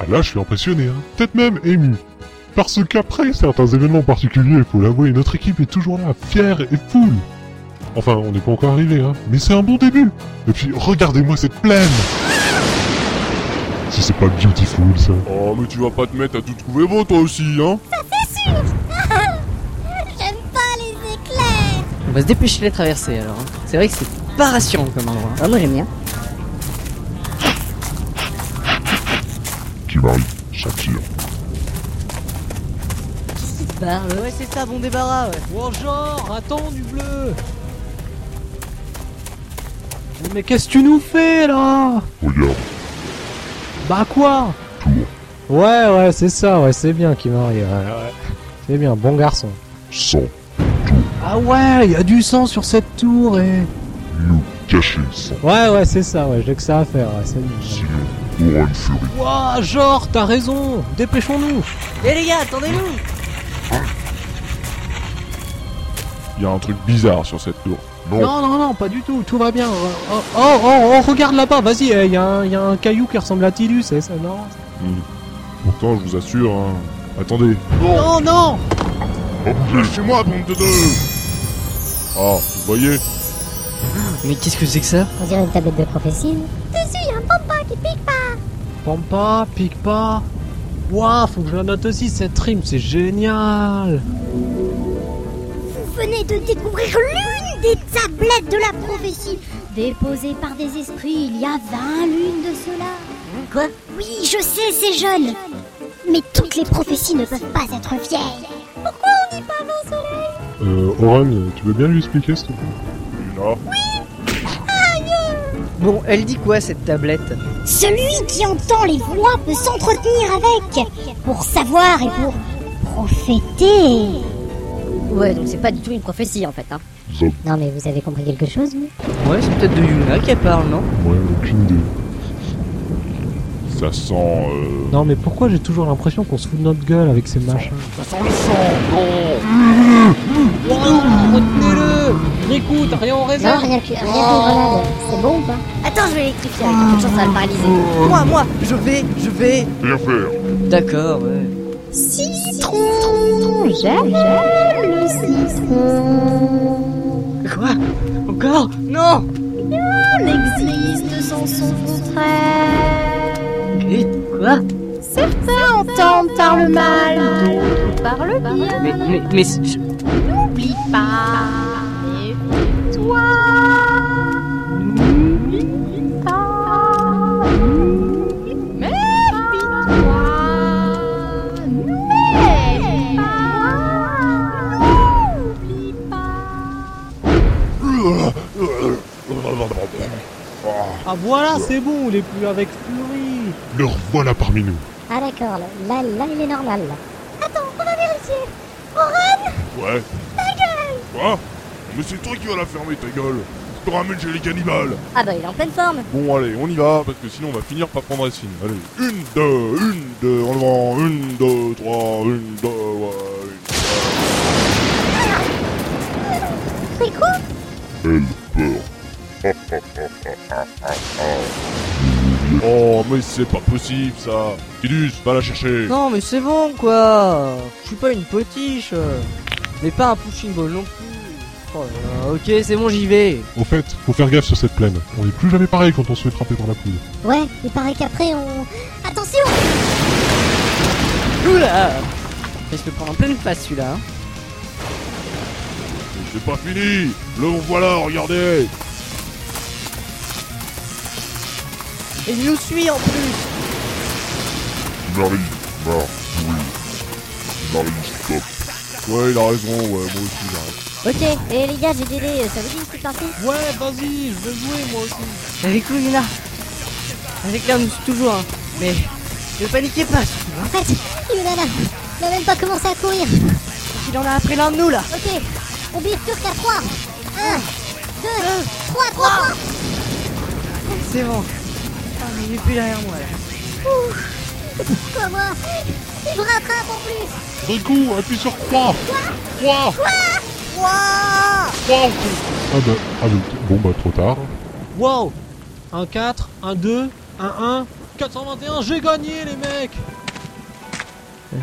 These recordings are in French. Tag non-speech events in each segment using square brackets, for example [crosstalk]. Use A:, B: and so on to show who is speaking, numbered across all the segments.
A: Ah, Là, je suis impressionné, hein. peut-être même ému. Parce qu'après certains événements particuliers, il faut l'avouer, notre équipe est toujours là, fière et full. Enfin, on n'est pas encore arrivé, hein, mais c'est un bon début. Et puis, regardez-moi cette plaine Si c'est pas beautiful, ça.
B: Oh, mais tu vas pas te mettre à tout trouver beau, toi aussi, hein
C: J'aime pas les éclairs
D: On va se dépêcher de les traverser alors. hein. C'est vrai que c'est pas rassurant comme endroit. hein.
E: Ah, moi j'aime bien.
A: Qui m'arrive, Shakir.
E: Qu'est-ce qu'il te
D: Bah,
E: parle
F: Ouais, c'est ça, bon débarras, ouais. Oh, genre, attends, du bleu Mais qu'est-ce que tu nous fais, là
A: Regarde,
F: Bah, quoi
A: tour,
G: Ouais, ouais, c'est ça, ouais, c'est bien Kimari, ouais, ouais. C'est bien, bon garçon.
A: sang,
F: Ah ouais, il y a du sang sur cette tour, et...
A: nous, caché, sang,
G: Ouais, ouais, c'est ça, ouais, j'ai que ça à faire, ouais, c'est bien.
A: sinon, couronne furie.
F: Ouah, genre, t'as raison Dépêchons-nous
E: Eh les gars, attendez-nous
B: Il y a un truc bizarre sur cette tour.
F: Non, non, non, pas du tout, tout va bien. Oh, oh, oh, oh, regarde là-bas, vas-y, il y, a un- y a un caillou qui ressemble à Tilus, c'est ça, non
B: Pourtant, je vous assure, hein. Attendez.
F: Non, non
B: Lâchez-moi, bande de deux Ah, vous voyez
D: Mais qu'est-ce que c'est que ça
E: On dirait une tablette de prophétie.
C: Dessus, il y a un pampa qui pique pas
F: Pampa, pique pas. Ouah, faut que je la note aussi, cette rime, c'est génial
C: Vous venez de découvrir l'une des tablettes de la prophétie Déposée par des esprits il y a 20 lunes de cela
E: Quoi
C: Oui, je sais, c'est jeune Mais toutes les prophéties ne peuvent pas être vieilles Pourquoi on dit pas 20 soleils
A: Euh, Oran, tu veux bien lui expliquer, s'il te plaît
B: Là,
D: Bon, elle dit quoi cette tablette
C: Celui qui entend les voix peut s'entretenir avec Pour savoir et pour prophéter
E: Ouais, donc c'est pas du tout une prophétie en fait, hein.
A: Zod,
E: Non, mais vous avez compris quelque chose, vous
D: Ouais, c'est peut-être de Yuna qu'elle parle, non
A: ouais, aucune idée.
B: ça sent... euh,
G: Non, mais pourquoi j'ai toujours l'impression qu'on se fout de notre gueule avec ces machins
B: Ça sent le sang, non
F: Ouah, retenez-le Écoute, rien en
E: Non,
F: réserve
E: rien que, rien qu'une grenade. C'est bon ou pas Ah. Attends, je vais l'électrifier avec un peu de chance, ça va le paralyser.
D: Moi, moi, je vais, je vais.
A: Rien faire
D: D'accord, ouais.
E: Citron, j'aime le citron.
D: Quoi Encore Non
E: On existe sans son contraire.
D: Eh, Quoi
E: Certains entendent par le mal, d'autres par le bien.
D: Mais, mais, mais, c'est- je-
E: N'oublie pas, méfie-toi. N'oublie pas, méfie-toi. N'oublie pas, n'oublie pas.
F: Ah voilà, c'est bon, on est plus avec Fury
A: Le revoilà parmi nous.
E: Ah d'accord, là, là, là, il est normal. là.
B: Ouais. Ta gueule Quoi Mais c'est toi qui vas la fermer, ta gueule Je te ramène chez les cannibales
E: Ah bah il est en pleine forme.
B: Bon, allez, on y va, parce que sinon on va finir par prendre Racine. Allez, une, deux, une, deux, en avant, une, deux, trois, une, deux, ouais, une.
C: C'est quoi
A: Elle, peur.
B: Oh, mais c'est pas possible, ça Tidus, va la chercher
D: Non, mais c'est bon, quoi Je suis pas une potiche euh. Mais pas un pushing ball non plus Oh là là, ok, c'est bon, j'y vais
A: Au fait, faut faire gaffe sur cette plaine. On n'est plus jamais pareil quand on se fait frapper par la poule.
C: Ouais, il paraît qu'après on... Attention
D: Oula Je vais le prendre en pleine face, celui-là. hein.
B: Mais C'est pas fini Le voilà, regardez
D: Et il nous suit, en plus
A: Marie, mort, oui. Marie, stop.
B: Ouais, il a raison, ouais, moi aussi, j'ai raison.
E: Ok, et les gars, j'ai délai, ça vous dit une petite partie
F: Ouais, vas-y, je veux jouer moi aussi
D: Avec nous, Yuna Avec là, on nous suit toujours, hein. Mais... Ne paniquez pas, surtout, hein.
C: En fait, Yulana n'a même pas commencé à courir
D: Il en a après l'un de nous, là
C: Ok, on bifurque à 3 1, 2, 3, 3, 3
D: C'est bon Ah, mais il est plus derrière moi, là
C: Pas moi Il me rattrape en plus
A: Riku, appuie sur croix Croix Croix Ah bah, ah bah, bon bah trop tard.
F: Wow Un 4, un 2, un 1, 421, j'ai gagné les mecs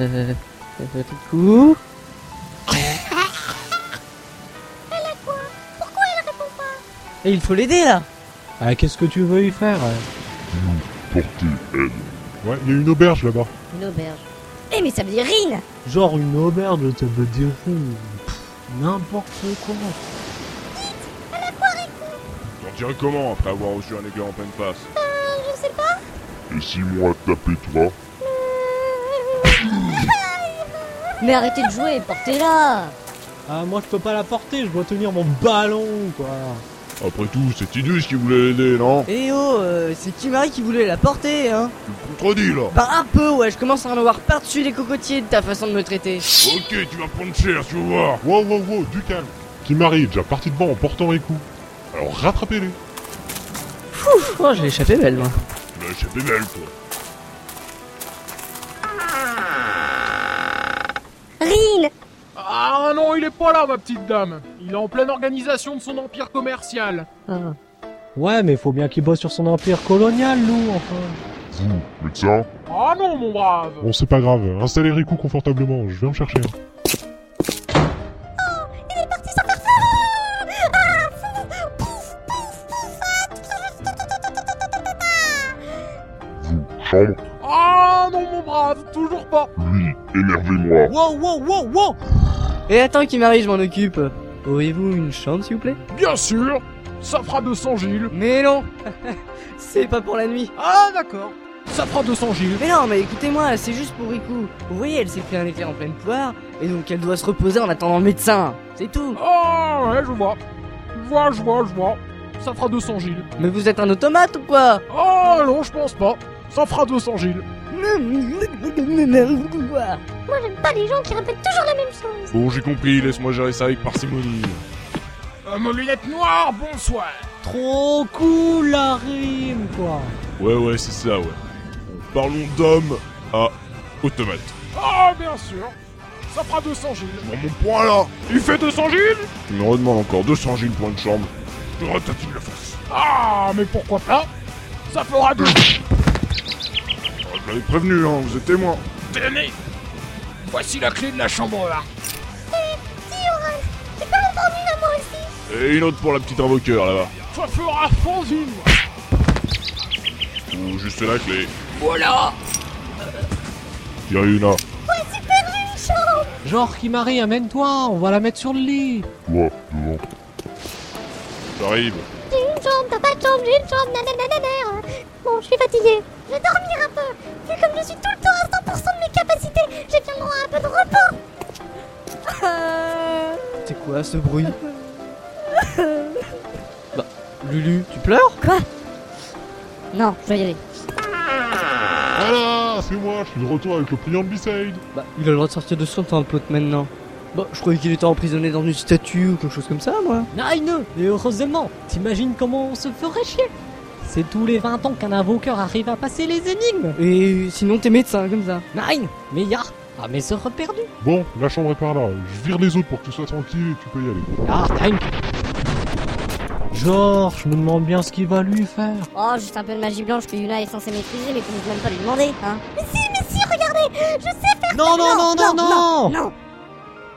D: Euh, euh, coucou Elle est quoi Pourquoi elle répond pas Et il faut l'aider là
G: Ah, qu'est-ce que tu veux y faire
F: hein?
A: Portez aide. Ouais, il y a une auberge là-bas.
C: Une auberge. Eh, mais ça veut dire Rine
F: Genre une auberge, ça veut dire pff, n'importe quoi.
B: T'en dirais comment après avoir reçu un éclair en pleine face
C: Euh, Je sais pas.
A: Et si moi tapé toi
C: Mais arrêtez de jouer, portez-la
F: Ah moi je peux pas la porter, je dois tenir mon ballon quoi.
B: Après tout, c'est Tidus qui voulait l'aider, non
D: Eh oh, euh, c'est Kimari qui voulait la porter hein
B: Tu me contredis là
D: Bah un peu ouais, je commence à en avoir par-dessus les cocotiers de ta façon de me traiter.
B: Ok, tu vas prendre cher, tu vas voir
A: Wow, wow, wow, du calme Qui m'arrive, déjà parti devant en portant les coups. Alors rattrapez-les
D: Oh, j'ai échappé belle moi.
B: Mais c'est des belles, toi
C: Rine
H: Ah non, il est pas là, ma petite dame. Il est en pleine organisation de son empire commercial.
G: Ouais, mais faut bien qu'il bosse sur son empire colonial, nous, enfin.
A: Vous, médecin
H: Ah non, mon brave.
A: Bon, c'est pas grave, installez les coups confortablement, je viens me chercher. hein.
C: Ah,
A: Vous, chambre
H: Ah non, mon brave, toujours pas.
A: Lui, énervez-moi
D: Wow, wow, wow, wow Et Eh, attends Kimari, je m'en occupe. Auriez-vous une chambre s'il vous plaît
H: Bien sûr. Ça fera 200 Gilles.
D: Mais non [laughs] C'est pas pour la nuit.
H: Ah d'accord. Ça fera 200 Gilles.
D: Mais non, mais écoutez-moi, c'est juste pour Riku. Vous voyez, elle s'est pris un éclair en pleine poire, et donc elle doit se reposer en attendant le médecin. C'est tout.
H: Ah ouais, je vois. Je vois, je vois, je vois. Ça fera 200 Gilles.
D: Mais vous êtes un automate ou quoi
H: Ah non, je pense pas. Ça fera 200 Gilles.
C: Moi, j'aime pas les gens qui répètent toujours la même chose.
B: Bon, j'ai compris, laisse-moi gérer ça avec parcimonie.
H: Homme aux lunettes noires, bonsoir.
F: Trop cool la rime quoi.
B: Ouais, ouais, c'est ça, ouais. Parlons d'homme à automate.
H: Ah bien sûr. Ça fera 200 Gilles.
B: Dans mon point là
H: Il fait 200 Gilles
B: Tu me redemandes encore 200 Gilles pour une chambre. Je ratatine la face.
H: Ah, mais pourquoi pas Ça fera 200
B: Ah, je l'avais prévenu, hein, vous êtes témoin.
H: Tenez Voici la clé de la chambre là.
B: Et une autre pour la petite invoqueur là-bas.
H: Ça fera 100 Gilles.
B: Ou juste la clé.
H: Voilà
B: Tire une là.
F: Genre Kimari, amène-toi, on va la mettre sur le lit.
A: Toi, devant.
B: J'arrive.
C: J'ai une jambe, t'as pas de jambe, j'ai une jambe, nanananana. Bon, je suis fatiguée. Je vais dormir un peu. Vu comme je suis tout le temps à 100% de mes capacités, j'ai bien le droit à un peu de repos.
D: C'est quoi ce bruit [laughs] Bah, Lulu, tu pleures
C: Non, je vais y aller.
A: Voilà, c'est moi, je suis de retour avec le priant de Beside
D: Bah, il a le droit de sortir de son temps, le pote, maintenant. Bah, je croyais qu'il était emprisonné dans une statue ou quelque chose comme ça, moi.
F: Nine Et heureusement, t'imagines comment on se ferait chier C'est tous les 20 ans qu'un invoqueur arrive à passer les énigmes
D: Et sinon, t'es médecin, comme ça.
F: Nine Meilleur Ah mes sœurs perdu
A: Bon, la chambre est par là, je vire les autres pour que tu sois tranquille et tu peux y aller.
F: Ah Nine Genre, je me demande bien ce qu'il va lui faire.
C: Oh, juste un peu de magie blanche que Yuna est censée maîtriser, mais qu'on n'ose même pas lui demander, hein.
F: Non, non, non, non, non,
C: Non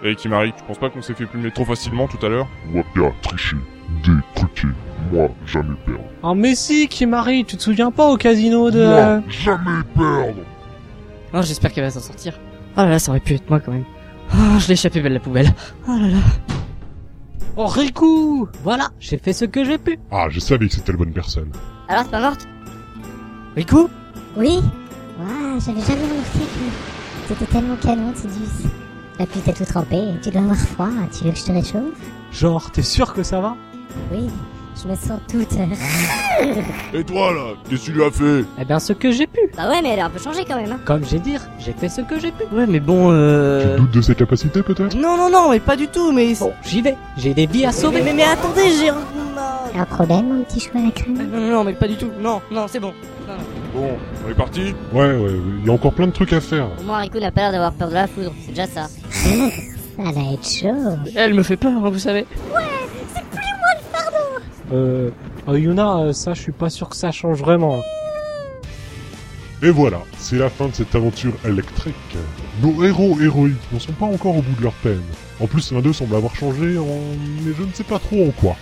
B: Eh Kimari, tu penses pas qu'on s'est fait plumer trop facilement tout à l'heure
A: Waka, tricher, détruquer, moi, jamais perdre.
F: Ah mais si, Kimari, tu te souviens pas au casino de...
A: Moi, jamais perdre
D: Non, Oh, j'espère qu'elle va s'en sortir. Ah là là, ça aurait pu être moi quand même. Ah, je l'ai échappé belle la poubelle. Ah là là.
F: Oh Riku Voilà, j'ai fait ce que j'ai pu.
A: Ah, je savais que c'était la bonne personne.
C: Alors, t'es pas morte
D: Riku
C: Oui Waouh, j'avais jamais remarqué que t'étais tellement canon, Tidus. La pluie t'a tout trempé, tu dois avoir froid, tu veux que je te réchauffe
F: Genre, t'es sûr que ça va
C: Oui, je me sens toute... euh,
B: Et toi là Qu'est-ce que tu lui as fait
F: Eh bien, ce que j'ai pu.
C: Bah ouais, mais elle a un peu changé quand même, hein.
F: Comme j'ai dit, j'ai fait ce que j'ai pu.
D: Ouais, mais bon, euh...
A: Tu doutes de ses capacités peut-être
D: Non, non, non, mais pas du tout, mais...
F: Bon, j'y vais. J'ai des vies à
D: Mais,
F: sauver.
D: mais, mais attendez, j'ai... Non,
C: T'as un problème, mon petit chou à la crème
D: non, non, mais pas du tout. Non, non, c'est bon.
B: Bon, on est parti
A: Ouais, ouais, il y a encore plein de trucs à faire.
C: Au moins, Riku n'a pas l'air d'avoir peur de la foudre, c'est déjà ça. [laughs] ça va être chaud.
D: Elle me fait peur, hein, vous savez.
F: euh,
G: Euh, oh, Yuna, euh, ça, je suis pas sûr que ça change vraiment.
A: Et voilà, c'est la fin de cette aventure électrique. Nos héros héroïques n'en sont pas encore au bout de leur peine. En plus, l'un d'eux semble avoir changé en... mais je ne sais pas trop en quoi.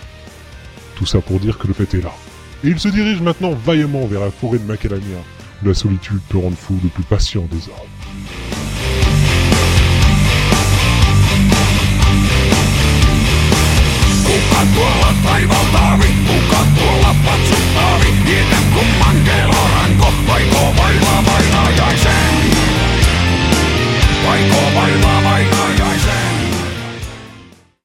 A: Tout ça pour dire que le fait est là. Et ils se dirigent maintenant vaillamment vers la forêt de Macalamia, où la solitude peut rendre fou le plus patient des hommes.
I: Kuka tuolla taivaalta rippuu, tuolla patsa